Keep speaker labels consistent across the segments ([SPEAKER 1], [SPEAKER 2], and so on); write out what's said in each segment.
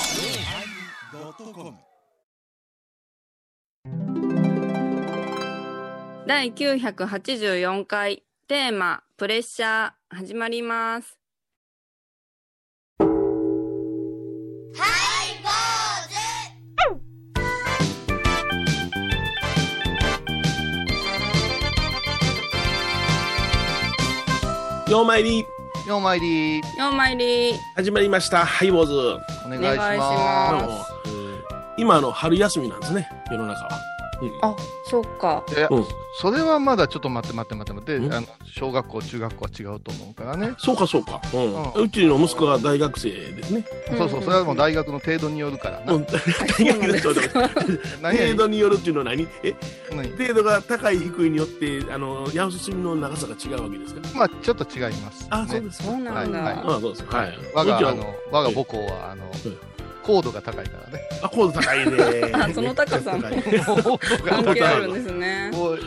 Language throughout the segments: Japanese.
[SPEAKER 1] yosmir
[SPEAKER 2] 第984回テーマ「プレッシャー」始まります
[SPEAKER 3] ようまいり
[SPEAKER 4] ようまいり
[SPEAKER 2] ようまいり
[SPEAKER 3] 始まりましたハイボーズど
[SPEAKER 4] お願
[SPEAKER 2] お
[SPEAKER 4] いし
[SPEAKER 2] 願いし
[SPEAKER 4] ま
[SPEAKER 2] ます
[SPEAKER 4] す
[SPEAKER 3] うもえー今あの春休みなんですね世の中は、
[SPEAKER 2] あそうか
[SPEAKER 4] いや
[SPEAKER 3] うん
[SPEAKER 4] それはまだちょっと待って待って待って待っ
[SPEAKER 3] ん
[SPEAKER 4] てあの小学校中学校は違うと思うからね、
[SPEAKER 3] そうかそうか、うん
[SPEAKER 4] う
[SPEAKER 3] うちの息子が大学生ですね、
[SPEAKER 2] うん
[SPEAKER 4] そうそうそれはもう大学の程度によるからな、
[SPEAKER 3] うん、大
[SPEAKER 2] そうなん
[SPEAKER 3] 学
[SPEAKER 2] で
[SPEAKER 3] 生
[SPEAKER 2] す か
[SPEAKER 4] 何や
[SPEAKER 3] 程度によるっていうのは何え
[SPEAKER 4] 何
[SPEAKER 3] 程度が高い低いによってあの休みの長さが違うわけですか
[SPEAKER 4] まあちょっと違います、ね、
[SPEAKER 3] あそうです
[SPEAKER 2] そうなんだ、
[SPEAKER 4] はいは
[SPEAKER 3] あそうですはい
[SPEAKER 4] 我
[SPEAKER 3] うち
[SPEAKER 4] が
[SPEAKER 3] は
[SPEAKER 4] あの我が母校はあの
[SPEAKER 3] ん
[SPEAKER 4] 高度が高いからね
[SPEAKER 3] あ高度高いね
[SPEAKER 2] あその高さも
[SPEAKER 3] 高い
[SPEAKER 4] 高度が
[SPEAKER 2] 関
[SPEAKER 4] 高
[SPEAKER 2] 係ある
[SPEAKER 4] い
[SPEAKER 2] んですね
[SPEAKER 4] もう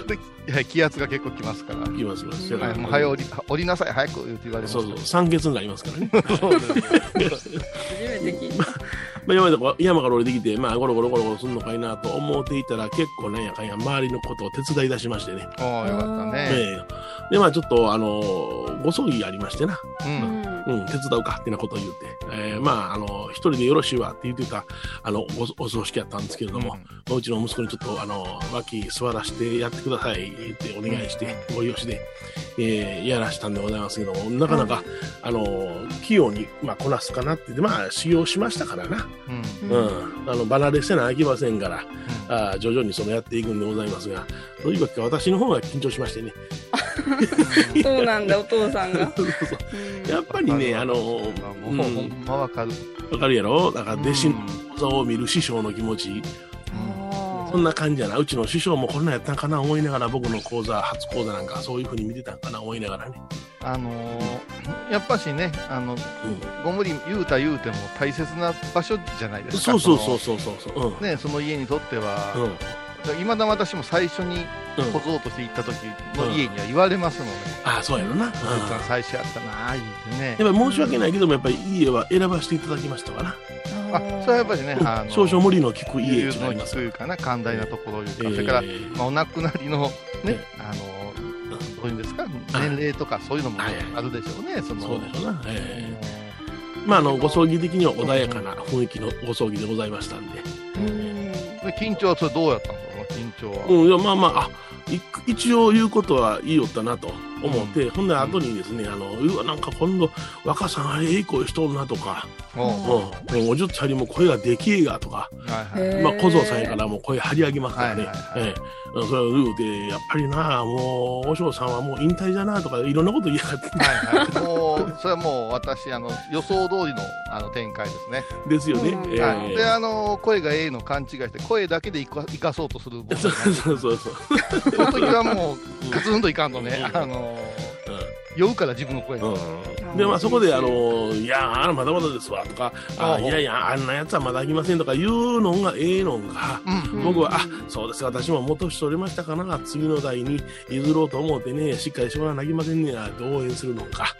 [SPEAKER 4] ではい気圧が結構きますから、
[SPEAKER 3] 行きます行きます
[SPEAKER 2] うん
[SPEAKER 4] はい、もう早降り降りなさい早く言うて言われます
[SPEAKER 3] そ
[SPEAKER 4] か
[SPEAKER 3] う
[SPEAKER 4] ら
[SPEAKER 3] そう三月になりますからね
[SPEAKER 2] 初めて聞いた
[SPEAKER 3] まあ、山でこう山から降りてきて、まあ、ゴロゴロゴロゴロすんのかいなと思っていたら、結構なんやかんや、周りのことを手伝い出しましてね。
[SPEAKER 4] おーよかったね、
[SPEAKER 3] ええで、まあ、ちょっと、あのーご葬儀がありましてな、
[SPEAKER 2] う
[SPEAKER 4] うん
[SPEAKER 2] ん
[SPEAKER 3] うん、手伝うかってなことを言って、ええまあ、あのー一人でよろしいわって言ってた、あの、おお葬式やったんですけれども、うちの息子にちょっと、あのー脇座らしてやってくださいってお願いして、ご利用しで、ええやらしたんでございますけども、なかなか、あのー器用に、まあ、こなすかなって言って、まあ、使用しましたからな。
[SPEAKER 4] うん
[SPEAKER 3] うん、あの離れせなあきませんから、あー徐々にそのやっていくんでございますが、とにかく私の方が緊張しましてね、
[SPEAKER 2] そうなんだお父さんが、うん
[SPEAKER 3] やっぱりね、あの
[SPEAKER 4] もうほん
[SPEAKER 3] ー
[SPEAKER 4] まわかる、
[SPEAKER 3] うん、わかるやろ、だから弟子
[SPEAKER 4] うん
[SPEAKER 3] の座を見る師匠の気持ち、
[SPEAKER 2] あ
[SPEAKER 3] そ
[SPEAKER 2] ー
[SPEAKER 3] んな感じやな、うちの師匠もこんなんやったんかな思いながら、僕の講座、初講座なんか、そういうふうに見てたんかな思いながらね、
[SPEAKER 4] あのーやっぱしね、あの
[SPEAKER 3] う
[SPEAKER 4] ご無理言うた言うても大切な場所じゃないで
[SPEAKER 3] ん、
[SPEAKER 4] すか。
[SPEAKER 3] そうそうそう
[SPEAKER 4] そ
[SPEAKER 3] そうそうそう、うん、
[SPEAKER 4] のね、その家にとって
[SPEAKER 3] うん、
[SPEAKER 4] は、
[SPEAKER 3] うん、
[SPEAKER 4] いまだ私も最初に小僧として行った時の家には言われますので、
[SPEAKER 3] ああ、そうやろな、うん、
[SPEAKER 4] 実は最初やったなあ言うてね。
[SPEAKER 3] やっぱり申し訳ないけども、やっぱり家は選ばせていただきましたわな、
[SPEAKER 4] あ、それはやっぱりね、あ
[SPEAKER 3] うん
[SPEAKER 4] の、
[SPEAKER 3] 少々無理の利く家
[SPEAKER 4] 家
[SPEAKER 3] になり
[SPEAKER 4] の
[SPEAKER 3] ま
[SPEAKER 4] 地
[SPEAKER 3] す
[SPEAKER 4] というかな、寛大なところいうか、
[SPEAKER 3] えー
[SPEAKER 4] それから、まあ、お亡くなりのね
[SPEAKER 3] え、
[SPEAKER 4] あのー、どういうんですか、年齢とかそういうのも
[SPEAKER 3] はいはい
[SPEAKER 4] あるでしょうね、その。
[SPEAKER 3] そうでしょうな、
[SPEAKER 4] あ
[SPEAKER 3] え
[SPEAKER 4] の
[SPEAKER 3] え
[SPEAKER 4] ー
[SPEAKER 3] まああのご葬儀的には穏やかな雰囲気のご葬儀でございましたんで、
[SPEAKER 2] うん
[SPEAKER 4] で緊張はそれどうやったんだろう緊張は、
[SPEAKER 3] うん、いやまあまああい一応言うことは言いよったなと思って、ほんで後にですねあのうわなんか今度若さんあれええ声しとるなとか、
[SPEAKER 4] おう
[SPEAKER 3] うんうん、おじゅっちゃりも声ができえがとか、
[SPEAKER 4] はいはい
[SPEAKER 2] へー
[SPEAKER 3] まあ、小僧さんやからもう声張り上げますからね、
[SPEAKER 4] はいはいはい
[SPEAKER 3] ええそれを言うてやっぱりなもう和尚さんはもう引退だなとかいろんなこと言いやがって
[SPEAKER 4] はいはい、もうそれはもう私あの予想通りのあの展開ですね、
[SPEAKER 3] ですよね。
[SPEAKER 2] そうなんだ
[SPEAKER 3] ええ
[SPEAKER 4] はい、であの声が A の勘違いして声だけでいか生かそうとする僕
[SPEAKER 3] そう
[SPEAKER 4] そ
[SPEAKER 3] そうそうそう、
[SPEAKER 4] の時はもうガツンといかんとね、
[SPEAKER 3] うん
[SPEAKER 4] あの
[SPEAKER 3] うん
[SPEAKER 4] 酔うから自分の声が、
[SPEAKER 3] うんでまあそこで「あのいやあまだまだですわ」とか「あ
[SPEAKER 4] うん
[SPEAKER 3] いやいやあんなやつはまだあきません」とか言うのがええのが
[SPEAKER 4] うん
[SPEAKER 3] 僕は「あそうです私も元しておりましたからな次の代に譲ろうと思うてねしっかりしてもらわなきませんねや」と応援するのか、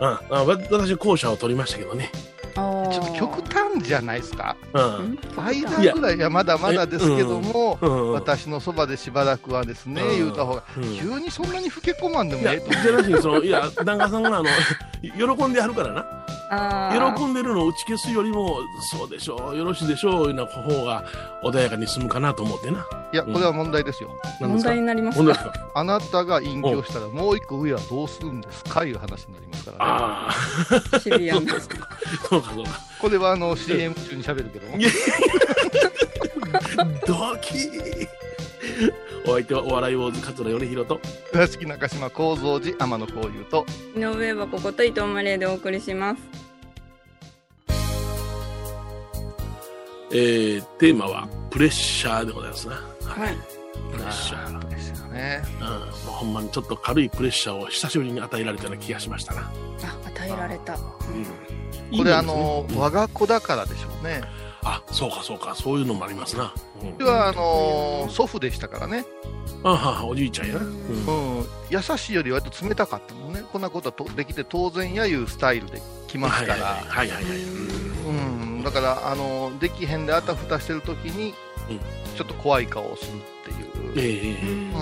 [SPEAKER 3] うんあ、私後者を取りましたけどね、
[SPEAKER 2] あー
[SPEAKER 4] ちょっと極端じゃないですか
[SPEAKER 3] うん
[SPEAKER 4] 間ぐらいはまだまだですけども、
[SPEAKER 3] うん
[SPEAKER 4] 私のそばでしばらくはですね、
[SPEAKER 3] うん
[SPEAKER 4] 言うた方が、
[SPEAKER 3] うん
[SPEAKER 4] 急にそんなに老け込まんでも
[SPEAKER 3] い
[SPEAKER 4] え
[SPEAKER 3] や
[SPEAKER 4] えと思う
[SPEAKER 3] じゃなしにそのいや旦那さんがあの 喜んでやるからな
[SPEAKER 2] あー
[SPEAKER 3] 喜んでるのを打ち消すよりもそうでしょうよろしいでしょういうような方が穏やかに済むかなと思って ない
[SPEAKER 4] やこれは問題ですよ、
[SPEAKER 3] 何で
[SPEAKER 2] 問
[SPEAKER 3] すか
[SPEAKER 2] 題になります
[SPEAKER 3] 本当で
[SPEAKER 2] か
[SPEAKER 3] すか
[SPEAKER 4] あなたが隠居したらもう一個上はどうするんですかいう話になりますからね。
[SPEAKER 3] ああ
[SPEAKER 2] シビア
[SPEAKER 3] そう
[SPEAKER 2] な
[SPEAKER 3] かそうかそうかそうか
[SPEAKER 4] これはあの CM 中に喋るけども
[SPEAKER 3] い。やドキーお相手はお笑い坊主桂米広と
[SPEAKER 4] 倉敷中島幸三寺天野幸雄と。
[SPEAKER 2] 井上はここと伊藤マレーでお送りします
[SPEAKER 3] えー、テーマはプレッシャーでございますな
[SPEAKER 2] はい
[SPEAKER 3] プレッシャー
[SPEAKER 4] ーですよね。
[SPEAKER 3] うん、もうほんまにちょっと軽いプレッシャーを久しぶりに与えられたような気がしましたな、
[SPEAKER 2] あ与えられた
[SPEAKER 3] うん
[SPEAKER 4] これあの
[SPEAKER 3] いいですねうん
[SPEAKER 4] 我が子だからでしょうね。
[SPEAKER 3] あそうかそうかそういうのもありますな、うん
[SPEAKER 4] 僕はあのー祖父でしたからね、
[SPEAKER 3] あはおじいちゃんやな。うん
[SPEAKER 4] うん、優しいより割と冷たかったもんね、こんなことはとできて当然やいうスタイルで来ますから、
[SPEAKER 3] はいはいはいはいはいはい。
[SPEAKER 4] うん、だから、あのーできへんであたふたしてる時に
[SPEAKER 3] うん、
[SPEAKER 4] ちょっと怖い顔をするっていう、
[SPEAKER 3] ええ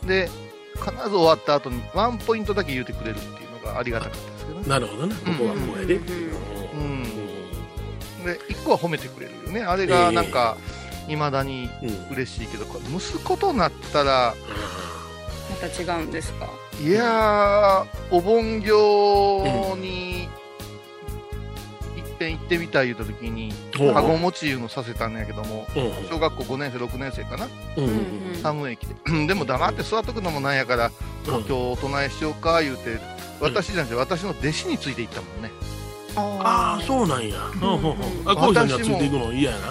[SPEAKER 4] うん、で必ず終わった後にワンポイントだけ言うてくれるっていうのがありがたかったですけどね。
[SPEAKER 3] なるほどね。ここはこうやで。
[SPEAKER 4] うん
[SPEAKER 3] う
[SPEAKER 4] で1個は褒めてくれるよねあれがなんかいまだに
[SPEAKER 3] んうん
[SPEAKER 4] 嬉しいけどこれ息子となったら
[SPEAKER 2] また違うんですか。
[SPEAKER 4] いやーお盆行にいっぺん行ってみたい言うた時に
[SPEAKER 3] ほう
[SPEAKER 4] 籠持ちいうのさせたんやけども
[SPEAKER 3] うん
[SPEAKER 4] 小学校5年生6年生かな
[SPEAKER 3] うんうん
[SPEAKER 4] 寒い駅ででも黙って座っとくのもなんやから
[SPEAKER 3] うん
[SPEAKER 4] 今日お供えしようか言うて私じゃなくて私の弟子についていったもんね
[SPEAKER 3] ああそうなんや。ほうほうほうあこうさんがついていくの嫌やな。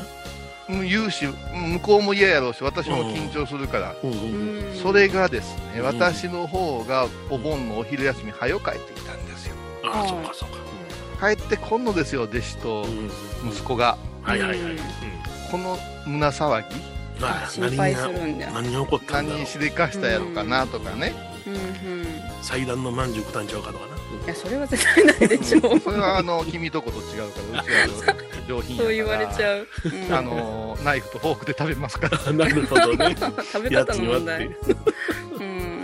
[SPEAKER 4] もう言うし向こうも嫌やろうし私も緊張するから
[SPEAKER 3] うんうんうん
[SPEAKER 4] それ。がです
[SPEAKER 3] う
[SPEAKER 4] ね、
[SPEAKER 3] ん
[SPEAKER 4] 私の方がお盆のお昼休み、早よ帰ってきたんですよ。
[SPEAKER 3] ああそうかそうか。
[SPEAKER 4] 帰ってこんのですよ、弟子と
[SPEAKER 3] うんうん
[SPEAKER 4] 息子が。
[SPEAKER 3] はいはいはい。うん
[SPEAKER 4] この胸騒ぎ、
[SPEAKER 3] まあ
[SPEAKER 2] 心
[SPEAKER 3] 何
[SPEAKER 2] 配する
[SPEAKER 3] が
[SPEAKER 2] んだ。
[SPEAKER 3] 何が起こったんだろう
[SPEAKER 4] 何に。しでかしたやろかなとかね。
[SPEAKER 2] うんうん。い
[SPEAKER 3] 祭壇の饅頭食ったんちゃうかとかな。
[SPEAKER 2] やそれは絶対ないでしょう。
[SPEAKER 4] それは あの君とこと違うから、うちはあの上品やから。
[SPEAKER 2] そう言われちゃう。うん
[SPEAKER 4] あのナイフとフォークで食べますから。
[SPEAKER 3] な るほどね。
[SPEAKER 2] 食べ
[SPEAKER 3] や
[SPEAKER 2] 方
[SPEAKER 3] つ
[SPEAKER 2] の
[SPEAKER 3] にはっ
[SPEAKER 2] 問題
[SPEAKER 3] て。。
[SPEAKER 2] うん。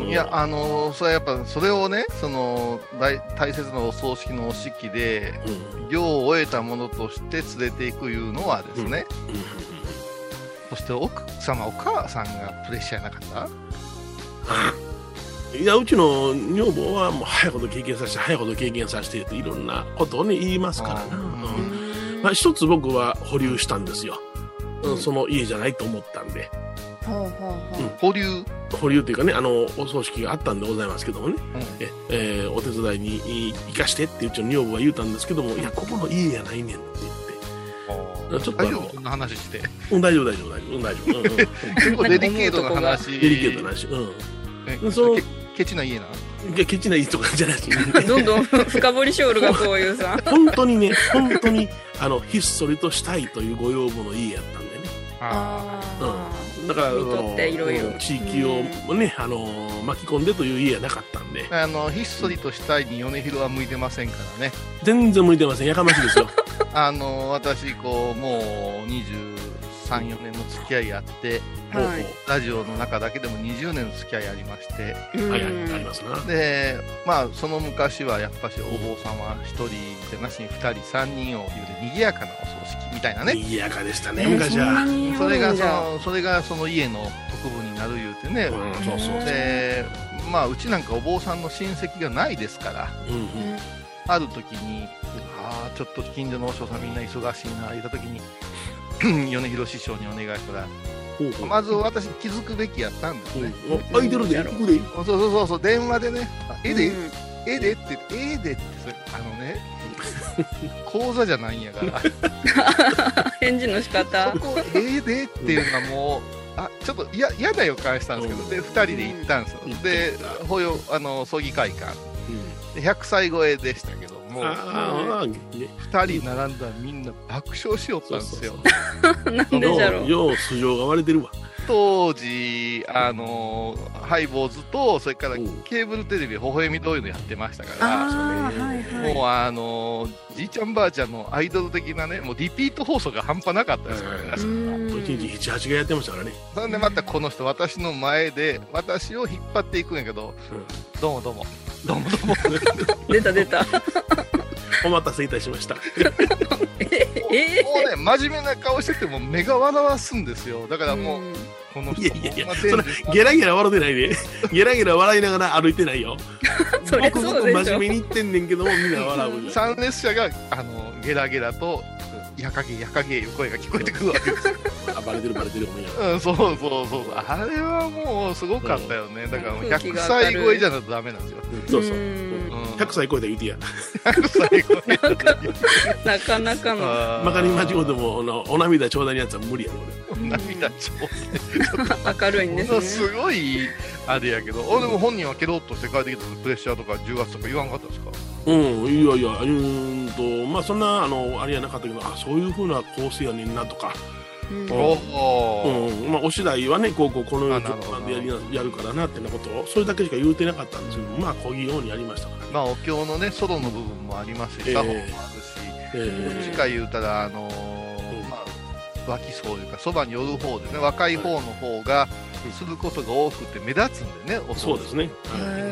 [SPEAKER 4] うんいや、あのそれはやっぱそれをね、その大大切なお葬式のお式で。
[SPEAKER 3] うん
[SPEAKER 4] 行を終えたものとして連れていくいうのはですね、
[SPEAKER 3] うん
[SPEAKER 4] そして奥様、お母さんがプレッシャーなかった
[SPEAKER 3] いやうちの女房はもう早いこと経験させて早いこと経験させてっていろんなことをね言いますからな、
[SPEAKER 4] うん
[SPEAKER 3] うんまあ、一つ僕は保留したんですよ、うんその家じゃないと思ったんで
[SPEAKER 2] ほうほうほう。
[SPEAKER 4] 保留
[SPEAKER 3] 保留というかねあのお葬式があったんでございますけどもね、
[SPEAKER 4] うん
[SPEAKER 3] ええーお手伝いにい行かしてってうちの女房は言うたんですけどもいやここの家やないねんって言ってちょっとあ
[SPEAKER 4] 大丈
[SPEAKER 3] の
[SPEAKER 4] 夫そんな話して。
[SPEAKER 3] うん大丈夫大丈夫大丈夫大丈夫、うん うん、デ
[SPEAKER 4] 結構デリケートな話。
[SPEAKER 3] リケートな話うん
[SPEAKER 4] ね
[SPEAKER 3] そう
[SPEAKER 4] ケケチな家な。
[SPEAKER 3] いやケチないとかじゃないですね
[SPEAKER 2] どんどん 深掘りショールがこういうさ。
[SPEAKER 3] 本当にね、本当に、あの、ひっそりとしたいというご要望の家やったんでね。
[SPEAKER 2] あ
[SPEAKER 3] だから、
[SPEAKER 2] 見とっていろいろ
[SPEAKER 3] うん地域をね、あの、巻き込んでという家はなかったんで、
[SPEAKER 4] あ。あのひっそりとしたいに米広は向いてませんからね。
[SPEAKER 3] 全然向いてません。やかましいですよ。
[SPEAKER 4] あの私こうもう23、4年の付き合いあって、
[SPEAKER 2] あ。は
[SPEAKER 3] ほ
[SPEAKER 2] い。
[SPEAKER 4] ラジオの中だけでも20年の付き合いありまして、
[SPEAKER 3] うほうはいは
[SPEAKER 2] うん
[SPEAKER 3] い、ありますな。
[SPEAKER 4] でまあその昔はやっぱしお坊さんは1人じゃなしに2人3人をいる賑やかなお葬式みたいなね。
[SPEAKER 3] 賑やかでしたね、
[SPEAKER 2] えー
[SPEAKER 3] 昔
[SPEAKER 2] そんな
[SPEAKER 3] は。
[SPEAKER 2] に
[SPEAKER 4] それ
[SPEAKER 2] ある
[SPEAKER 4] が
[SPEAKER 2] ん
[SPEAKER 4] そ
[SPEAKER 2] だ
[SPEAKER 4] のそれがその家の特部になる言うてね、
[SPEAKER 3] うんそうそうそう。
[SPEAKER 4] でまあうちなんかお坊さんの親戚がないですから
[SPEAKER 3] うんうん
[SPEAKER 4] ある時にああちょっと近所の和尚さんみんな忙しいな言った時に米広師匠にお願いしたら
[SPEAKER 3] ほうほう。
[SPEAKER 4] まず私気づくべきやったんです
[SPEAKER 3] うん
[SPEAKER 4] ね、
[SPEAKER 3] お空いてるで、ここで。
[SPEAKER 4] そうそうそうそう電話でねあ「えで、
[SPEAKER 2] うん
[SPEAKER 4] えで」って「えで」ってそれあのね講座じゃないんやから
[SPEAKER 2] 返事の仕 方
[SPEAKER 4] そ。こ「えで」っていうのがもうあちょっと嫌嫌な予感したんですけどで2人で行ったんですよ
[SPEAKER 3] うん
[SPEAKER 4] で法要あの葬儀会館で100歳超えでしたけども
[SPEAKER 3] ああ、ね。
[SPEAKER 4] 2人並んだらみんな爆笑しよったんですよ
[SPEAKER 3] そう
[SPEAKER 2] なんでじゃろ
[SPEAKER 3] よう、
[SPEAKER 2] う。
[SPEAKER 3] よう素性が割れてるわ。
[SPEAKER 4] 当時あのハイボーズとそれから
[SPEAKER 3] うん
[SPEAKER 4] ケーブルテレビ微笑みどういうのやってましたから
[SPEAKER 2] あ
[SPEAKER 3] そ
[SPEAKER 2] あ、
[SPEAKER 3] うね
[SPEAKER 2] はいはい。
[SPEAKER 4] もうあのじいちゃんばあちゃんのアイドル的なねもうリピート放送が半端なかったですからね
[SPEAKER 3] う
[SPEAKER 2] うん
[SPEAKER 3] 一日七八がやってましたからね。
[SPEAKER 4] そんでまたこの人私の前で私を引っ張っていくんやけど、どうもどうもどうもどうも
[SPEAKER 2] 出た出た。
[SPEAKER 3] お待たせいたしました。
[SPEAKER 2] え
[SPEAKER 4] もうね真面目な顔してても目が笑わすんですよだからもう、この人
[SPEAKER 3] いやいやいや
[SPEAKER 4] ほんま
[SPEAKER 3] それゲラゲラ笑ってないで。 ゲラゲラ笑いながら歩いてないよ。
[SPEAKER 2] そりゃ
[SPEAKER 3] 僕
[SPEAKER 2] そう
[SPEAKER 3] 僕
[SPEAKER 2] でしょ
[SPEAKER 3] 真面目に言ってんねんけども、みんな笑うじゃん。
[SPEAKER 4] 参列者があのゲラゲラと「やかげやかげ」いう声が聞こえてくるわけですよ、
[SPEAKER 3] あバレてるバレてる、お前ら
[SPEAKER 4] うん、そうそうそうそうあれはもうすごかったよねだからもう
[SPEAKER 2] 空気
[SPEAKER 4] 100
[SPEAKER 2] が明るい
[SPEAKER 4] 歳超えじゃないとダメなんですよ
[SPEAKER 3] そうそ
[SPEAKER 2] ん
[SPEAKER 3] う。
[SPEAKER 4] うん
[SPEAKER 3] 100歳超えたら言うてや。
[SPEAKER 4] 100歳超え
[SPEAKER 2] なんかなかなかの。
[SPEAKER 3] まかり間違うて
[SPEAKER 4] も
[SPEAKER 3] も、あのお涙頂戴のやつは無理やろ、
[SPEAKER 4] 涙ちょう
[SPEAKER 2] 明るいんで
[SPEAKER 4] もの
[SPEAKER 2] すね。
[SPEAKER 4] すごいあれやけど、俺でも本人はケロッとして帰ってきた時プレッシャーとか重圧とか言わんかったですか
[SPEAKER 3] 俺。うん、いやいや、うーんと、まあそんな、あの、あれやなかったけど、あ、そういうふうな構成やねんなとか、
[SPEAKER 2] うん
[SPEAKER 4] おお、
[SPEAKER 3] うんまあ、お次第はね、こうこうこのよう
[SPEAKER 4] あ
[SPEAKER 3] に
[SPEAKER 4] なるほど
[SPEAKER 3] 順番でやりなやるからなってなことを、それだけしか言うてなかったんですけど、まあ、こういうようにやりましたから、
[SPEAKER 4] まあお経のねソロの部分もあります
[SPEAKER 3] ええ
[SPEAKER 4] し作法もあるし、
[SPEAKER 3] えー
[SPEAKER 4] 次回言うたら、あのー
[SPEAKER 3] うん
[SPEAKER 4] まあ、脇層いうか、そばに寄る方でね、若い方の方が
[SPEAKER 3] い
[SPEAKER 4] することが多くて目立つんでね、お
[SPEAKER 3] そう
[SPEAKER 4] 葬式
[SPEAKER 3] ですね。はい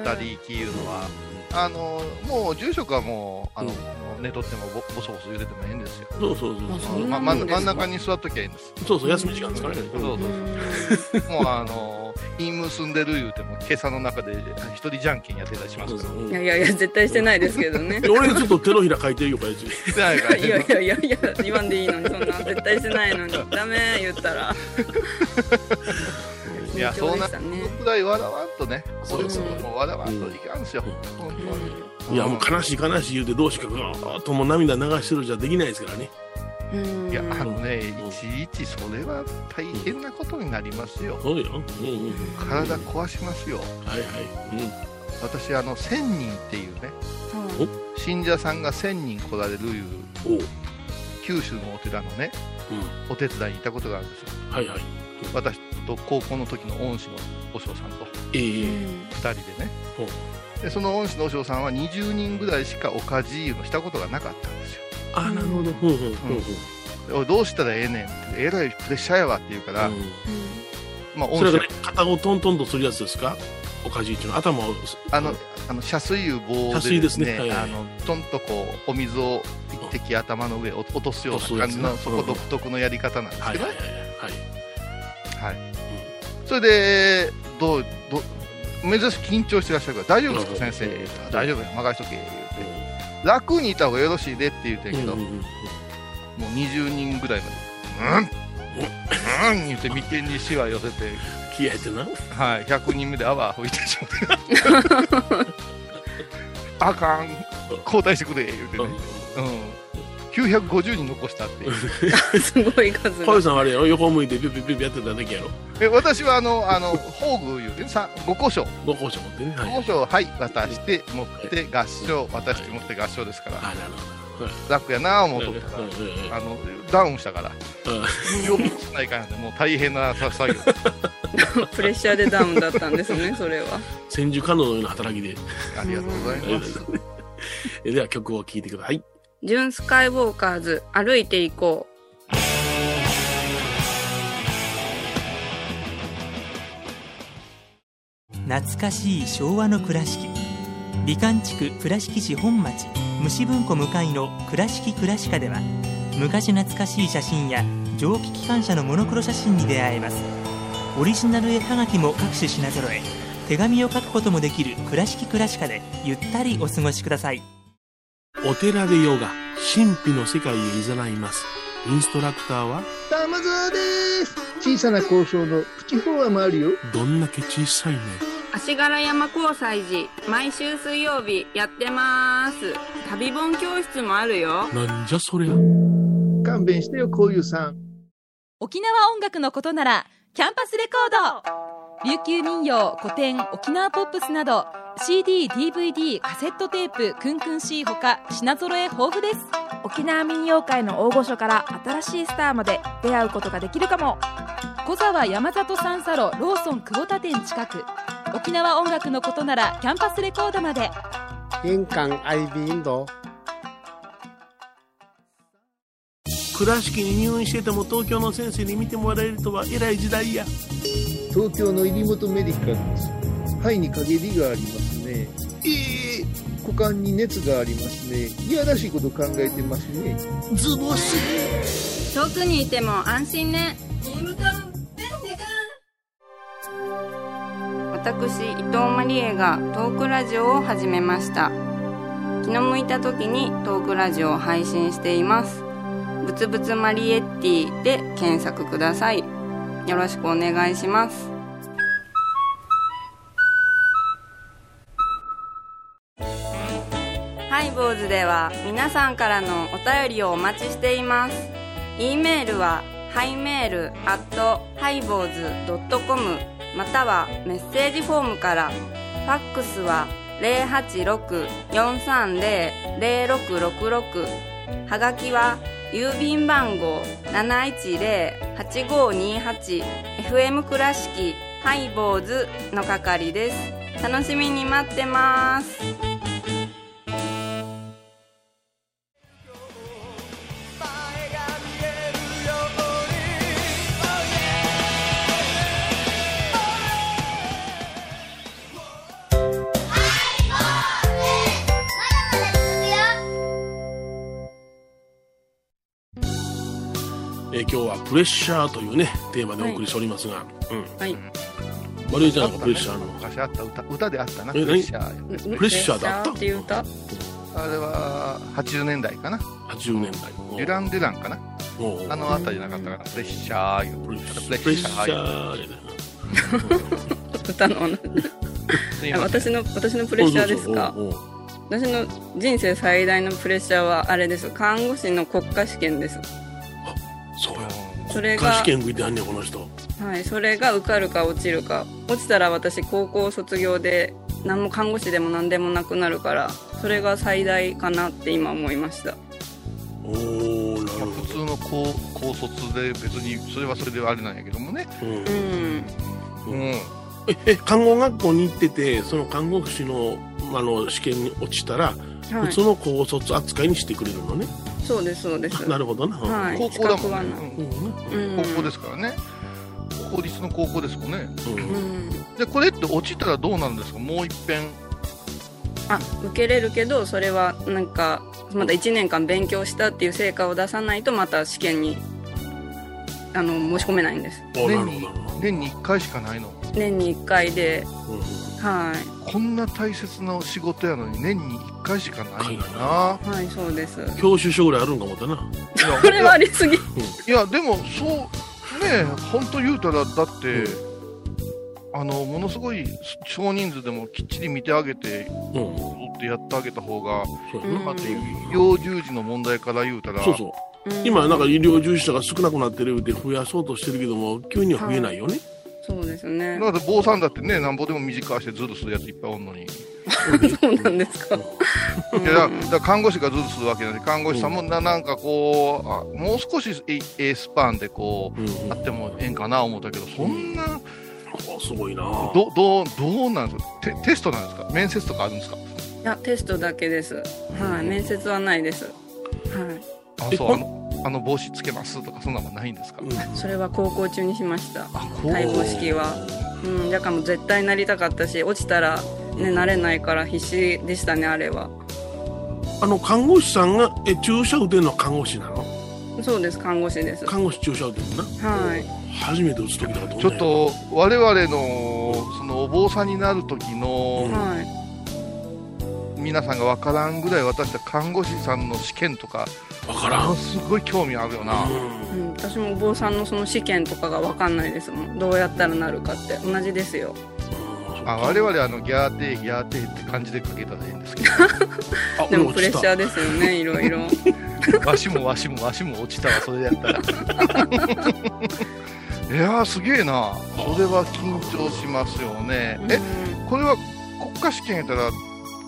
[SPEAKER 4] の人二人きいうのは、あのーもう住職はもう、あの寝とってもぼぼそぼそ揺れてもええんですよ。
[SPEAKER 3] そうそうそう
[SPEAKER 2] あ
[SPEAKER 3] そ
[SPEAKER 2] そん
[SPEAKER 3] う
[SPEAKER 2] な
[SPEAKER 4] ま
[SPEAKER 2] も
[SPEAKER 4] ま
[SPEAKER 2] んですか
[SPEAKER 4] 真ん中に座っときゃいいんです。
[SPEAKER 3] そうそう休み時間ですからね。
[SPEAKER 4] そうそうもうあの ー、陰結んでる言うても、今朝の中で一人じゃんけんやってたりしま
[SPEAKER 3] そ
[SPEAKER 4] す
[SPEAKER 3] う
[SPEAKER 4] か
[SPEAKER 3] そう
[SPEAKER 2] いやいやいや、絶対してないですけどね
[SPEAKER 3] で。俺ちょっと手のひら書いてるよ、これ。
[SPEAKER 4] ら。だから
[SPEAKER 2] いやいやいやいや、言わんでいいのに、そんな絶対してないのに、ダメ言ったら。
[SPEAKER 4] いや
[SPEAKER 2] 慎重
[SPEAKER 4] そう
[SPEAKER 2] で
[SPEAKER 4] な
[SPEAKER 2] したね。
[SPEAKER 4] くらい笑わんとね、こ
[SPEAKER 3] そうう
[SPEAKER 4] いう
[SPEAKER 3] そう
[SPEAKER 4] のも笑わんといかんすよ、本当に。
[SPEAKER 3] いや、もう悲しい悲しい言うて、どうしかぐわーっともう涙流してるじゃできないですからね。
[SPEAKER 2] うん
[SPEAKER 4] いや、あのね、
[SPEAKER 3] うん
[SPEAKER 4] いちいちそれは大変なことになりますよ。
[SPEAKER 3] そうよ。うんうん。
[SPEAKER 4] 体壊しますよ。
[SPEAKER 3] はいは
[SPEAKER 4] 私、あの、1000人っていうね、
[SPEAKER 2] そう
[SPEAKER 4] 信者さんが1000人来られるいう、
[SPEAKER 3] い。うん。おう。
[SPEAKER 4] 九州のお寺のね、
[SPEAKER 3] う
[SPEAKER 4] お手伝いに行ったことがあるんですよ。
[SPEAKER 3] ん。はいはい。
[SPEAKER 4] 私と高校の時の恩師の和尚さんと
[SPEAKER 3] ええ。
[SPEAKER 4] 2人でね
[SPEAKER 3] ほ。
[SPEAKER 4] で、その恩師の和尚さんは20人ぐらいしかおかじいのしたことがなかったんですよ。
[SPEAKER 3] あ、なるほど。うんうんうんうん。
[SPEAKER 4] でおいどうしたらええねんって、えらいプレッシャーやわって言うから、
[SPEAKER 3] うん
[SPEAKER 4] まあ、
[SPEAKER 3] それ
[SPEAKER 4] 恩師
[SPEAKER 3] が
[SPEAKER 4] は
[SPEAKER 3] ね、肩をトントンとするやつですかおかじいちの頭を。
[SPEAKER 4] あの、あの、遮水いう棒
[SPEAKER 3] 遮
[SPEAKER 4] で
[SPEAKER 3] 水
[SPEAKER 4] で
[SPEAKER 3] ですす
[SPEAKER 4] ね、
[SPEAKER 3] ねはい
[SPEAKER 4] あの、ちょんとこう、お水を一滴頭の上を落とすような感じの、
[SPEAKER 3] 落とす
[SPEAKER 4] そ
[SPEAKER 3] やつね
[SPEAKER 4] こ独特のやり方なんです
[SPEAKER 3] は
[SPEAKER 4] け
[SPEAKER 3] い
[SPEAKER 4] ど
[SPEAKER 3] はい
[SPEAKER 4] ね
[SPEAKER 3] はい。はい。
[SPEAKER 4] それで、どう、どう、珍しく緊張してらっしゃるから、大丈夫ですか、
[SPEAKER 3] うん
[SPEAKER 4] 先生
[SPEAKER 3] う。ん
[SPEAKER 4] 大丈夫よ、任しとけ。言うて楽にいた方がよろしいでって言うてんけど、
[SPEAKER 3] う
[SPEAKER 4] も
[SPEAKER 3] んうんうん
[SPEAKER 4] う20人ぐらいまで、うん、うん、言って眉間にシワ寄せて、
[SPEAKER 3] 気合入ってるな。
[SPEAKER 4] はい、100人目で泡吹いてしまって。 あかん、交代してくれ、言うてね。うん、950人残したっていう
[SPEAKER 2] うんすごい数
[SPEAKER 3] 小
[SPEAKER 2] が
[SPEAKER 3] 遊。さんはあれやろ横向いてピュピュピュピュやってただけやろ
[SPEAKER 4] え私はあのあの宝具いうてねさ5個賞
[SPEAKER 3] ご校舎持ってね。はい。
[SPEAKER 4] 5賞はい渡して持って合唱渡して持って合唱ですから
[SPEAKER 3] あ、なるほど。はい
[SPEAKER 4] 楽やなぁ思うとっ
[SPEAKER 3] うん
[SPEAKER 4] た
[SPEAKER 3] うんうん
[SPEAKER 4] らあのダウンしたから
[SPEAKER 3] うん
[SPEAKER 4] 運用もしないからねもう大変な作業
[SPEAKER 2] プレッシャーでダウンだったんですね、それは。
[SPEAKER 3] 千手観音のような働きで。
[SPEAKER 4] ありがとうございます
[SPEAKER 3] えでは曲を聴いてください。
[SPEAKER 2] ジュン・スカイウォーカーズ、歩いていこう。
[SPEAKER 1] 懐かしい昭和の倉敷美観地区倉敷市本町虫文庫向かいの「倉敷倉歯科」では昔懐かしい写真や蒸気機関車のモノクロ写真に出会えますオリジナル絵はがきも各種品揃え手紙を書くこともできる「倉敷倉歯科」でゆったりお過ごしください
[SPEAKER 3] お寺でヨガ、神秘の世界へ誘います。インストラクターは
[SPEAKER 5] 玉沢です小さな交渉のプチフォアもあるよ
[SPEAKER 3] どんだけ小さいね。
[SPEAKER 2] 足柄山交際時、毎週水曜日やってます。旅本教室もあるよ。
[SPEAKER 3] なんじゃそりゃ。
[SPEAKER 5] 勘弁してよこういうさん
[SPEAKER 6] 沖縄音楽のことならキャンパスレコード琉球民謡古典沖縄ポップスなど CDDVD カセットテープクンクン C ほか品揃え豊富です
[SPEAKER 7] 沖縄民謡界の大御所から新しいスターまで出会うことができるかも
[SPEAKER 6] 小沢山里三佐路ローソン久保田店近く沖縄音楽のことならキャンパスレコードまで
[SPEAKER 8] 玄関 IB インド
[SPEAKER 3] 倉敷に入院してても東京の先生に見てもらえるとは偉い時代や。
[SPEAKER 5] 東京の入本メディカルです肺に陰りがありますねええ股間に熱がありますねいやらしいこと考えてますね
[SPEAKER 3] ズボス。
[SPEAKER 2] 遠くにいても安心ね私伊藤マリエがトークラジオを始めました気の向いた時にトークラジオを配信していますぶつぶつマリエッティで検索くださいよろしくお願いしますハイボーズでは皆さんからのお便りをお待ちしています e メールはハイメールアットハイボーズドットコムまたはメッセージフォームからファックスは086-430-0666はがきは郵便番号 710-8528FM 倉敷ハイボーズの係です楽しみに待ってます
[SPEAKER 3] えー今日はプレッシャーというねテーマでお送りしておりますが、うん
[SPEAKER 2] はい
[SPEAKER 3] マリエちゃんがプレッシャーの、
[SPEAKER 4] 昔あった歌歌であったなプ
[SPEAKER 3] え
[SPEAKER 4] レッシャー
[SPEAKER 3] プレッシャーだった
[SPEAKER 2] っていう歌
[SPEAKER 4] あれは80年代かな
[SPEAKER 3] 80年代
[SPEAKER 4] デュラン・デュランかな
[SPEAKER 3] おうおう
[SPEAKER 4] あのあたりじゃなかったかなプレッシャーよ
[SPEAKER 3] プレッシャー
[SPEAKER 4] プレッシャーよ
[SPEAKER 3] やね
[SPEAKER 2] 歌の
[SPEAKER 4] すいません
[SPEAKER 2] 私の私のプレッシャーですか
[SPEAKER 3] おうおう
[SPEAKER 2] 私の人生最大のプレッシャーはあれです看護師の国家試験です
[SPEAKER 3] そうや
[SPEAKER 2] それ
[SPEAKER 3] 国家
[SPEAKER 2] が
[SPEAKER 3] 試験受いてはんねんこの人
[SPEAKER 2] はい、それが受かるか落ちるか落ちたら私高校卒業で何も看護師でも何でもなくなるからそれが最大かなって今思いました
[SPEAKER 3] おおな
[SPEAKER 4] まあ
[SPEAKER 3] る
[SPEAKER 4] 普通の高高卒で別にそれはそれであれなんやけどもね、
[SPEAKER 3] ほど、うん
[SPEAKER 2] うん
[SPEAKER 4] うん、
[SPEAKER 3] え看護学校に行っててその看護師のあの試験に落ちたら、
[SPEAKER 2] はい
[SPEAKER 3] 普通の高卒扱いにしてくれるのね
[SPEAKER 2] そうですそうです
[SPEAKER 3] なるほどな、
[SPEAKER 2] はい
[SPEAKER 4] 高校だもん
[SPEAKER 2] 資格はな
[SPEAKER 4] ね、
[SPEAKER 3] うんうん
[SPEAKER 4] うん
[SPEAKER 2] うん
[SPEAKER 4] 高校ですからね公立の高校ですもんね
[SPEAKER 3] うん
[SPEAKER 2] うん
[SPEAKER 4] でこれって落ちたらどうなるんですかもう一遍
[SPEAKER 2] あ受けれるけどそれはなんかまだ1年間勉強したっていう成果を出さないとまた試験にあの申し込めないんです
[SPEAKER 3] おなる
[SPEAKER 4] 年
[SPEAKER 3] ほど
[SPEAKER 4] に
[SPEAKER 3] なるほ
[SPEAKER 4] 年に1回しかないの
[SPEAKER 2] 年に1回で
[SPEAKER 3] ど、うん
[SPEAKER 2] はい
[SPEAKER 4] こんな大切な仕事やのに年に1回しかないんだ
[SPEAKER 3] 一
[SPEAKER 4] な
[SPEAKER 2] はいそうです
[SPEAKER 3] 教習所ぐらいあるんか思ったな、
[SPEAKER 2] これはありすぎ
[SPEAKER 4] いやでもそうね本当言うたらだって、あのものすごい少人数でもきっちり見てあげて
[SPEAKER 3] うん、
[SPEAKER 4] ずっとやってあげた方が、
[SPEAKER 3] そうや
[SPEAKER 2] う
[SPEAKER 3] な、
[SPEAKER 2] ん
[SPEAKER 4] だって医療従事の問題から言うたら
[SPEAKER 3] そうそう今なんか医療従事者が少なくなってるって増やそうとしてるけども急には増えないよね、
[SPEAKER 2] そうですね
[SPEAKER 4] だって坊さんだってねなんぼでも短くしてズルするやついっぱいおんのに、
[SPEAKER 2] そうなんですか
[SPEAKER 4] いやだだから看護師がズルするわけじゃない看護師さんもななんかこうあもう少しええスパンでこ
[SPEAKER 3] うん
[SPEAKER 4] うあってもええんかな思ったけどそんな、
[SPEAKER 3] うんおすごいな
[SPEAKER 4] どどうどうなんですかテテストなんですか面接とかあるんですか
[SPEAKER 2] いやテストだけですはい面接はないですはい
[SPEAKER 4] あ
[SPEAKER 3] え
[SPEAKER 4] そうあのあの帽子つけますとかそんなのないんですか、
[SPEAKER 3] うん
[SPEAKER 2] それは高校中にしました
[SPEAKER 4] あこ
[SPEAKER 2] 対抗式はうんだからもう絶対なりたかったし落ちたらねなれないから必死でしたねあれは
[SPEAKER 3] あの看護師さんがえ注射打てるのは看護師なの
[SPEAKER 2] そうです看護師ですは
[SPEAKER 3] 看護師注射打てるな、
[SPEAKER 2] い
[SPEAKER 3] 初めて打つ時だからどう
[SPEAKER 4] ち
[SPEAKER 3] な
[SPEAKER 4] ょ
[SPEAKER 3] んや
[SPEAKER 4] っと我々のそのお坊さんになる時
[SPEAKER 3] うん
[SPEAKER 4] の
[SPEAKER 2] は
[SPEAKER 4] 皆さんが分からんぐらい私は看護師さんの試験とか
[SPEAKER 3] わからん
[SPEAKER 4] すごい興味あるよな、
[SPEAKER 2] い、うん、私もお坊さんのその試験とかが分かんないですもんどうやったらなるかって同じですよ
[SPEAKER 4] あ我々あのギャーテーギャーテーって感じでかけたらいいんですけ
[SPEAKER 3] あ
[SPEAKER 2] でもプレッシャ
[SPEAKER 3] ー
[SPEAKER 2] ーですよねいろいろ
[SPEAKER 4] どわしもわしもわしも落ちたわそれや ったらいやーすげえなそれは緊張しますよねえこれは国家試験やったら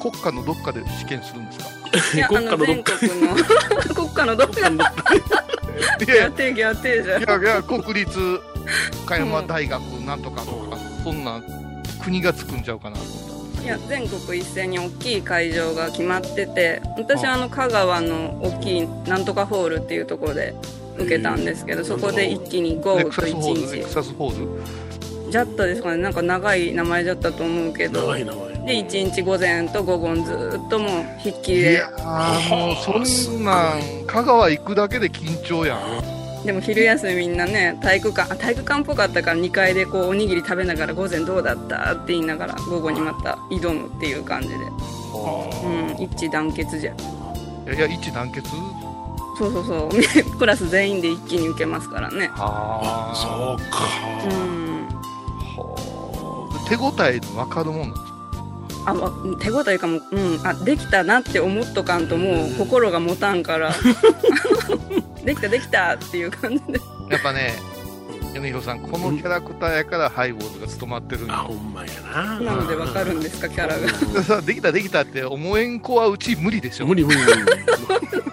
[SPEAKER 4] 国家のどっかで試験するんですか
[SPEAKER 2] いやあ
[SPEAKER 3] 国家
[SPEAKER 2] の
[SPEAKER 3] のどっ
[SPEAKER 2] 全
[SPEAKER 3] か
[SPEAKER 2] 国の 国家のどっかの
[SPEAKER 4] い
[SPEAKER 2] ギ
[SPEAKER 4] や
[SPEAKER 2] ャテーギャテーじゃん
[SPEAKER 4] いやいや国立岡山大学なんとかとか、そんな国がつくんちゃうかなと思った
[SPEAKER 2] いや全国一斉に大きい会場が決まってて私はあの香川の大きいなんとかホールっていうところで受けたんですけどそこで一気に
[SPEAKER 4] ネ
[SPEAKER 2] 5
[SPEAKER 4] クサ
[SPEAKER 2] と
[SPEAKER 4] スホールネ
[SPEAKER 2] 1
[SPEAKER 4] ク
[SPEAKER 2] 日
[SPEAKER 4] サスホール
[SPEAKER 2] ジャッタですかねなんか長い名前だったと思うけど
[SPEAKER 3] 長い長い
[SPEAKER 2] で1日午前と午後ずっともう筆記
[SPEAKER 4] い
[SPEAKER 2] で
[SPEAKER 4] やーもうそんなん香川行くだけで緊張やん
[SPEAKER 2] でも昼休みみんなね体育館あ体育館っぽかったから2階でこうおにぎり食べながら午前どうだったって言いながら午後にまた挑むっていう感じで、うん、一致団結じゃん
[SPEAKER 4] いやいや一致団結
[SPEAKER 2] そうそうそう みクラス全員で一気に受けますからね
[SPEAKER 4] あ
[SPEAKER 3] そう
[SPEAKER 2] う
[SPEAKER 3] か、
[SPEAKER 2] ん
[SPEAKER 4] う手応え分かるもんなんですか
[SPEAKER 2] あわ手応えかもうんあできたなって思っとかんともう心が 持たんからできたできたっていう感じで
[SPEAKER 4] やっぱね米広さん、このキャラクターやからハイボールが務まってるん
[SPEAKER 3] あ、
[SPEAKER 4] だ。
[SPEAKER 3] ほんまやな。
[SPEAKER 2] なのでわかるんですかキャラが
[SPEAKER 4] さ あできたできたって思えん子はうち無理でしょ。
[SPEAKER 3] 無理無理無理。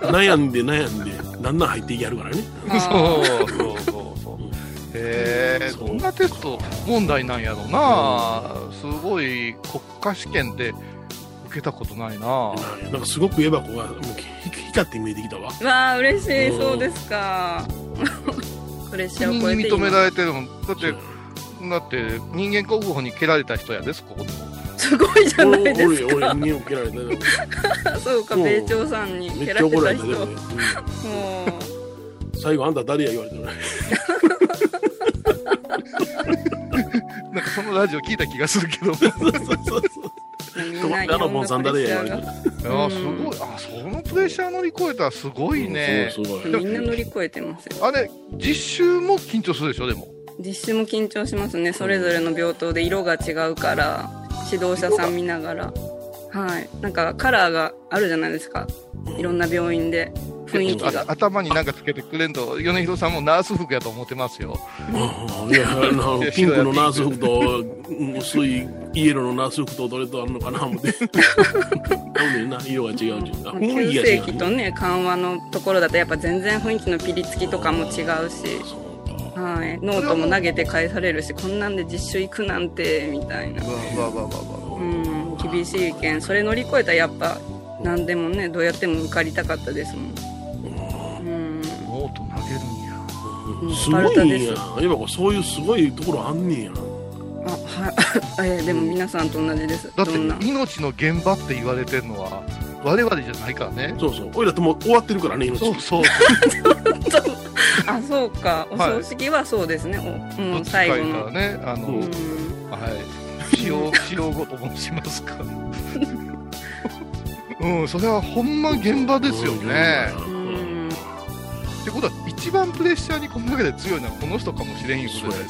[SPEAKER 3] 悩んで悩んで、だんだん入っていきやるからね。
[SPEAKER 4] そうそうそうそう。へえ
[SPEAKER 3] そう
[SPEAKER 4] どんなテスト問題なんやろうな、すごい国家試験で受けたことないな、
[SPEAKER 3] なんかすごく言えばこうがもうひ光って見えてきたわ。
[SPEAKER 2] わあ嬉しい
[SPEAKER 3] うん
[SPEAKER 2] そうですかプレッシャーを超えて
[SPEAKER 4] 認め
[SPEAKER 2] 今
[SPEAKER 4] られてるもんだってだって人間国宝に蹴られた人やでそこ
[SPEAKER 2] すごいじゃないで
[SPEAKER 3] 俺
[SPEAKER 2] す
[SPEAKER 3] 俺俺
[SPEAKER 2] か
[SPEAKER 3] 目を切られたよ。
[SPEAKER 2] そうか
[SPEAKER 3] うん
[SPEAKER 2] 米朝さんに
[SPEAKER 3] め
[SPEAKER 2] 蹴
[SPEAKER 3] っ
[SPEAKER 2] ら
[SPEAKER 3] ちゃ
[SPEAKER 2] れて
[SPEAKER 3] 怒
[SPEAKER 2] た
[SPEAKER 3] られた
[SPEAKER 2] 人
[SPEAKER 3] で
[SPEAKER 2] も
[SPEAKER 3] も
[SPEAKER 2] う
[SPEAKER 3] ねうん最後あんた誰や言われたら。
[SPEAKER 4] なんかそのラジオ聞いた気がするけど
[SPEAKER 3] そうそうそう。
[SPEAKER 2] みん
[SPEAKER 3] 友
[SPEAKER 2] ない
[SPEAKER 3] 達
[SPEAKER 2] ろ
[SPEAKER 3] の
[SPEAKER 2] んな
[SPEAKER 3] ボンさん
[SPEAKER 2] プレッ
[SPEAKER 3] 誰
[SPEAKER 2] シ
[SPEAKER 3] や
[SPEAKER 2] ャーが
[SPEAKER 3] 言われた。
[SPEAKER 4] ああすごいあそのプレッシャー乗り越えたらすごいね、
[SPEAKER 3] すごいすご
[SPEAKER 2] み
[SPEAKER 3] い。
[SPEAKER 2] んな乗り越えてますよ
[SPEAKER 4] あれ実習も緊張するでしょでも
[SPEAKER 2] 実習も緊張しますねそれぞれの病棟で色が違うから指導者さん見ながらはいなんかカラーがあるじゃないですかいろんな病院で雰囲気
[SPEAKER 4] あ
[SPEAKER 2] が
[SPEAKER 4] 頭になんかつけてくれんと米広さんもナース服やと思ってますよ
[SPEAKER 3] うんいやあ のピンクのナース服とうん薄いイエローのナース服とどれとあるのかな思 って。なんでな色が違うっていうか。雰囲
[SPEAKER 2] 急
[SPEAKER 3] 気が
[SPEAKER 2] 性
[SPEAKER 3] 違う
[SPEAKER 2] 期
[SPEAKER 3] ね。
[SPEAKER 2] とね緩和のところだとやっぱ全然雰囲気のピリつきとかも違うし、
[SPEAKER 3] そうか。
[SPEAKER 2] はい、ノートも投げて返されるしこんなんで実習行くなんてみたいな、
[SPEAKER 4] わわわわわ
[SPEAKER 2] うん、厳しい意見それ乗り越えたらやっぱ何でもねどうやっても受かりたかったですもん、うん、
[SPEAKER 4] ノート投げるんや
[SPEAKER 2] うん
[SPEAKER 3] すごいんや
[SPEAKER 2] スパ。
[SPEAKER 3] 今こうそういうすごいところあんねんや。
[SPEAKER 2] あはい えでも皆さんと同じです
[SPEAKER 4] だっ
[SPEAKER 2] どんな
[SPEAKER 4] て命の現場って言われてるのは我々じゃないからね
[SPEAKER 3] そうそう。おいらってもう終わってるからね命。
[SPEAKER 4] そうそう
[SPEAKER 2] あそうかお
[SPEAKER 4] はい
[SPEAKER 2] 葬式はそうですね、おもう最後
[SPEAKER 4] どっち
[SPEAKER 2] の、
[SPEAKER 4] かいうたらねあの、
[SPEAKER 3] う
[SPEAKER 2] うん、
[SPEAKER 4] はい 使用使用後と申しますかうんそれはほんま現場ですよね、
[SPEAKER 2] うん
[SPEAKER 4] ってことは一番プレッシャーにこの中で強いのはこの人かもしれんよ
[SPEAKER 3] そうやで。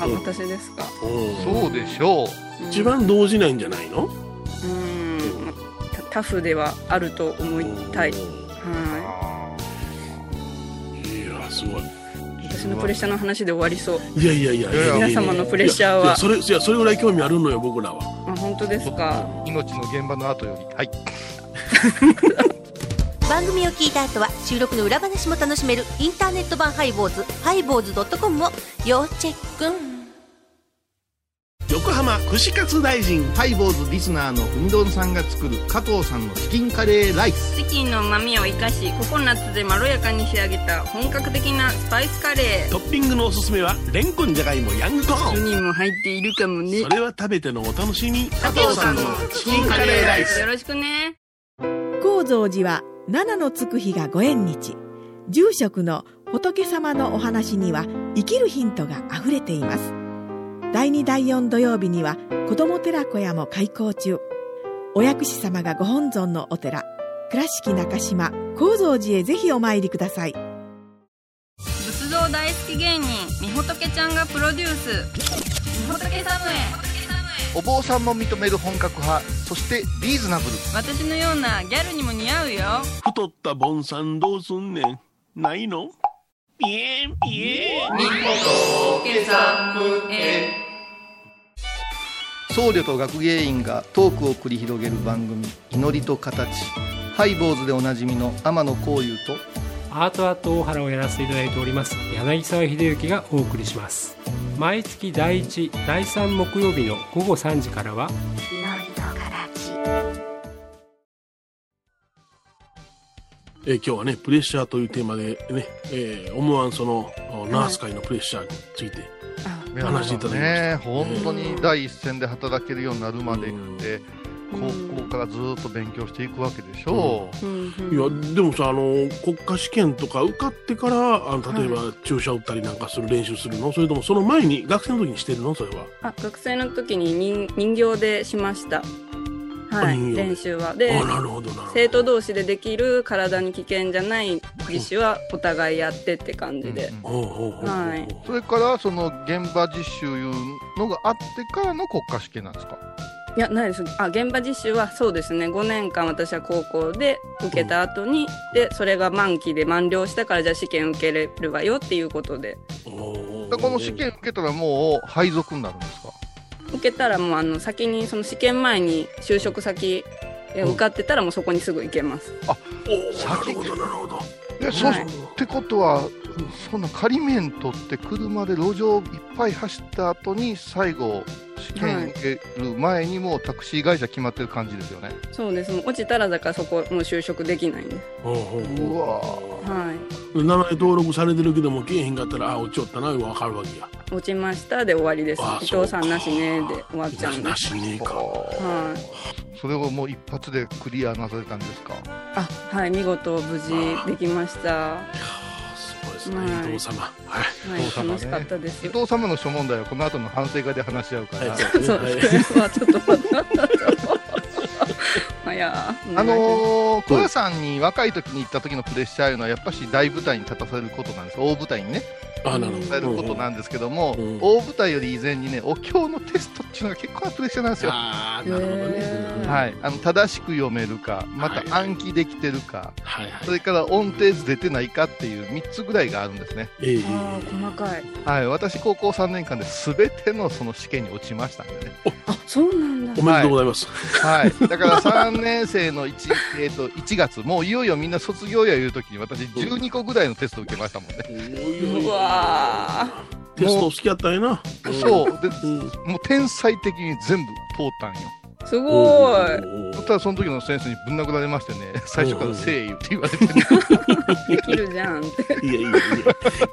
[SPEAKER 2] あ
[SPEAKER 3] うん
[SPEAKER 2] 私ですか、
[SPEAKER 3] うん
[SPEAKER 4] そうでしょう
[SPEAKER 2] うん
[SPEAKER 3] 一番動じないんじゃないの？
[SPEAKER 2] うんまあタタフではあると思いたい、
[SPEAKER 3] う
[SPEAKER 2] は
[SPEAKER 3] ん
[SPEAKER 2] い、
[SPEAKER 3] いやすごい。
[SPEAKER 2] 私のプレッシャーの話で終わりそう
[SPEAKER 3] いやいやいや
[SPEAKER 4] いやいや
[SPEAKER 3] いや
[SPEAKER 2] 皆様のプレッシャーはい
[SPEAKER 3] やいやそれいやそれぐらい興味あるのよ僕らは。
[SPEAKER 2] あ本当ですか
[SPEAKER 4] 命の現場の後よりはい
[SPEAKER 9] 番組を聞いた後は収録の裏話も楽しめるインターネット版ハイボーズハイボーズドットコムを要チェック
[SPEAKER 10] 横浜串カツ大臣ハイボーズリスナーのうみどんさんが作る加藤さんのチキンカレーライス
[SPEAKER 2] チキンの旨味を生かしココナッツでまろやかに仕上げた本格的なスパイスカレ
[SPEAKER 10] トッピングのおすすめはレンコンじゃがいもヤングコ
[SPEAKER 2] ー
[SPEAKER 10] ーン
[SPEAKER 2] 4人も入っているかもね
[SPEAKER 10] それは食べてのお楽しみ加
[SPEAKER 2] 藤さんの
[SPEAKER 10] チキンカレーライ
[SPEAKER 2] よろしくね
[SPEAKER 11] 高蔵寺は七のつく日がご縁日住職の仏様のお話には生きるヒントがあふれています第2第4土曜日には子ども寺小屋も開校中お薬師様がご本尊のお寺倉敷中島・高蔵寺へぜひお参りください
[SPEAKER 2] 仏像大好き芸人みほとけちゃんがプロデュースみほとけサム
[SPEAKER 4] お坊さんも認める本格派そしてリーズナブル
[SPEAKER 2] 私のようなギャルにも似合うよ
[SPEAKER 3] 太ったボンさんどうすんねん。ないの？ピエンピエン。
[SPEAKER 12] 僧侶と学芸員がトークを繰り広げる番組「祈りと形」ハイ坊主でおなじみの天野幸雄と
[SPEAKER 13] アートアート大原をやらせていただいております柳沢秀幸がお送りします毎月第1第3木曜日の午後3時からは
[SPEAKER 3] えー今日はねプレッシャーというテーマでね、えー思わんそのおナース界のプレッシャーについて。話していただきました
[SPEAKER 4] ね本当に第一線で働けるようになるまでって高校からずっと勉強していくわけでしょう、
[SPEAKER 3] いやでもさあの国家試験とか受かってからあの例えば注射打ったりなんかする練習するのそれともその前に学生の時にしてるのそれは
[SPEAKER 2] あ学生の時に人人形でしましたは
[SPEAKER 3] あ人
[SPEAKER 2] い
[SPEAKER 3] 形で
[SPEAKER 2] 練習はで
[SPEAKER 3] あなるほどな
[SPEAKER 2] 生
[SPEAKER 3] る
[SPEAKER 2] 徒同士でできる体に危険じゃない技師はお互いやってって感じで、
[SPEAKER 3] ほどほうほうほうほう
[SPEAKER 2] はい
[SPEAKER 4] それからその現場実習いうのがあってからの国家試験なんですか
[SPEAKER 2] いやないですあ現場実習はそうですね5年間私は高校で受けた後に、でそれが満期で満了したからじゃあ試験受けれるわよっていうことで
[SPEAKER 3] おー
[SPEAKER 4] でこの試験受けたらもう配属になるんですか
[SPEAKER 2] 受けたらもうあの先にその試験前に就職先で受かってたらもうそこにすぐ行けます、
[SPEAKER 4] 先なるほどなるほどえそう、
[SPEAKER 2] はい
[SPEAKER 4] ってことはその仮免取って車で路上いっぱい走った後に最後試験受ける前にもうタクシー会社決まってる感じですよね、
[SPEAKER 2] そうですもう落ちたらだからそこもう就職できないんです
[SPEAKER 3] うわ
[SPEAKER 2] は
[SPEAKER 3] 名前登録されてるけどもけえへんかったらあ落ちよったないうのが分かるわけや
[SPEAKER 2] い落ちましたで終わりです
[SPEAKER 3] あ
[SPEAKER 2] 伊
[SPEAKER 3] そうか
[SPEAKER 2] 藤さんなしねで終わっちゃうんで
[SPEAKER 3] なしねえか
[SPEAKER 2] はい
[SPEAKER 4] それをもう一発でクリアなされたんですか
[SPEAKER 2] あはい見事無事できました
[SPEAKER 3] そうです
[SPEAKER 4] ね伊藤様
[SPEAKER 2] はい、楽しかったです
[SPEAKER 4] 伊藤様の諸問題はこの後の反省会で話し合うか ら、
[SPEAKER 2] そうですね。まあちょっと待ってまやー
[SPEAKER 4] あのー、小屋さんに若い時に行った時のプレッシャーいうのはやっぱし大舞台に立たされることなんです大舞台にね
[SPEAKER 3] あなるほど
[SPEAKER 4] 立たされることなんですけども、大舞台より以前にねお経のテストっていうのが結構なプレッシャーなんですよ
[SPEAKER 3] あなるほどね、
[SPEAKER 4] はい、あの正しく読めるかまた暗記できてるか、それから音程図出てないかっていう3つぐらいがあるんですね、
[SPEAKER 7] あー細かい
[SPEAKER 4] はい、私高校3年間で全てのその試験に落ちましたんでね
[SPEAKER 2] あそうなんだ
[SPEAKER 3] おめでとうございます、
[SPEAKER 4] はい、だから3年生の 1,、えー、と1月、もういよいよみんな卒業やいうときに、私、12個ぐらいのテスト受けましたもんね。
[SPEAKER 2] うわ
[SPEAKER 3] テスト好きやったんやな
[SPEAKER 4] そうで、もう天才的に全部通ったんよ。
[SPEAKER 2] ーすごい
[SPEAKER 4] ただその時の先生にぶん殴られましてね、最初から誠意って言われて、
[SPEAKER 2] できるじゃんって
[SPEAKER 3] いやいやい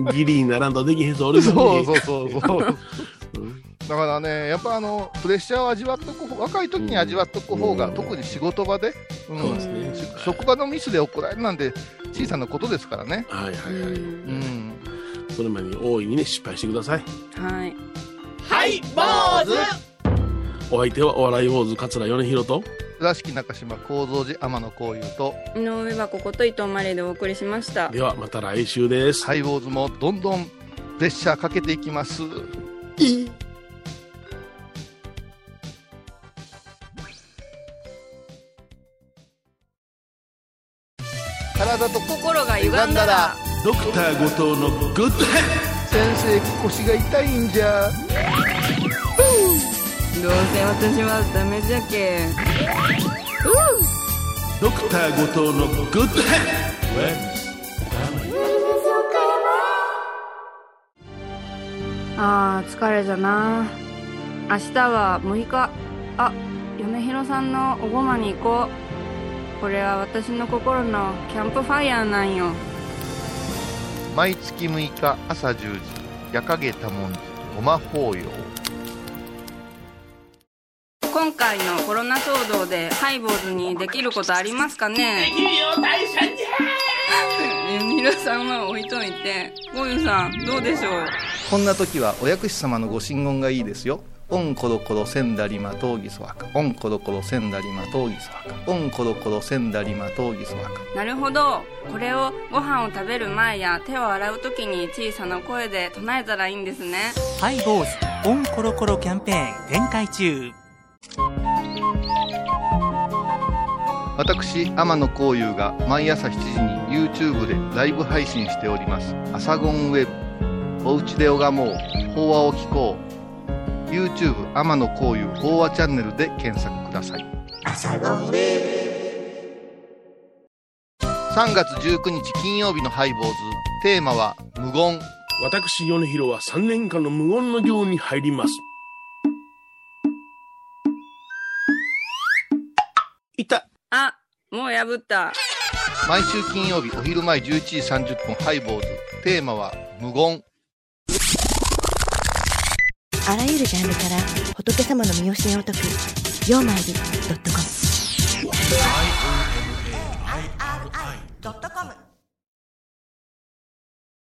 [SPEAKER 3] やギリにならんとできへんぞ俺も
[SPEAKER 4] そうそうそうそうだからね、やっぱあのプレッシャーを味わっとく、若い時に味わっとく方が、特に仕事場で、うん
[SPEAKER 3] そうですね
[SPEAKER 4] し職場のミスで怒られるなんて、小さなことですからね。
[SPEAKER 3] はいはいはい、それまでに大いにね失敗してください
[SPEAKER 2] はい
[SPEAKER 14] はい坊主
[SPEAKER 3] お相手はお笑い坊主桂米宏と
[SPEAKER 4] 倉敷中島幸三寺天野幸雄と
[SPEAKER 2] 井上はここと伊藤マリーでお送りしました
[SPEAKER 3] ではまた来週です
[SPEAKER 4] ハイボーズもどんどんプレッシャーかけていきます体と
[SPEAKER 2] 心が
[SPEAKER 4] 歪んだら
[SPEAKER 10] ドクター後藤のグッドヘ
[SPEAKER 4] 先生腰が痛いんじゃ
[SPEAKER 2] どうせ私はダメじゃけ
[SPEAKER 10] ドクター後藤のグッドヘッド
[SPEAKER 2] あー疲れじゃな明日は6日あ嫁ひろさんのおごまに行こうこれは私の心のキャンプファイヤーなんよ
[SPEAKER 4] 毎月6日朝10時夜影多文字ごま法要
[SPEAKER 2] 今回のコロナ騒動でハイボーズにできることありますかね
[SPEAKER 14] 大社に
[SPEAKER 2] みろさんは置いといてゴユさんどうでしょう
[SPEAKER 12] こんな時はお薬師様のご神言がいいですよ。オンコロコロセンダリマトウギソワカ。オンコロコロセンダリマトウギソワカ。オンコロコロセンダリマトウギソワカ。
[SPEAKER 2] なるほどこれをご飯を食べる前や手を洗う時に小さな声で唱えたらいいんですね
[SPEAKER 1] ハイボーズオンコロコロキャンペーン展開中
[SPEAKER 4] 私天野幸雄が毎朝7時に YouTube でライブ配信しております「アサゴンウェブ」「おうちで拝もう法話を聞こう」YouTube 天野幸雄法話チャンネルで検索ください3月19日金曜日のハイボーズテーマは無言
[SPEAKER 3] 私米広は3年間の無言の寮に入りますいた
[SPEAKER 2] あもう破った
[SPEAKER 4] 毎週金曜日お昼前11時30分ハイボーズテーマは無言
[SPEAKER 15] あらゆるジャンルから仏様の身教えを解く「曜マイルドットコム」
[SPEAKER 14] ドットコム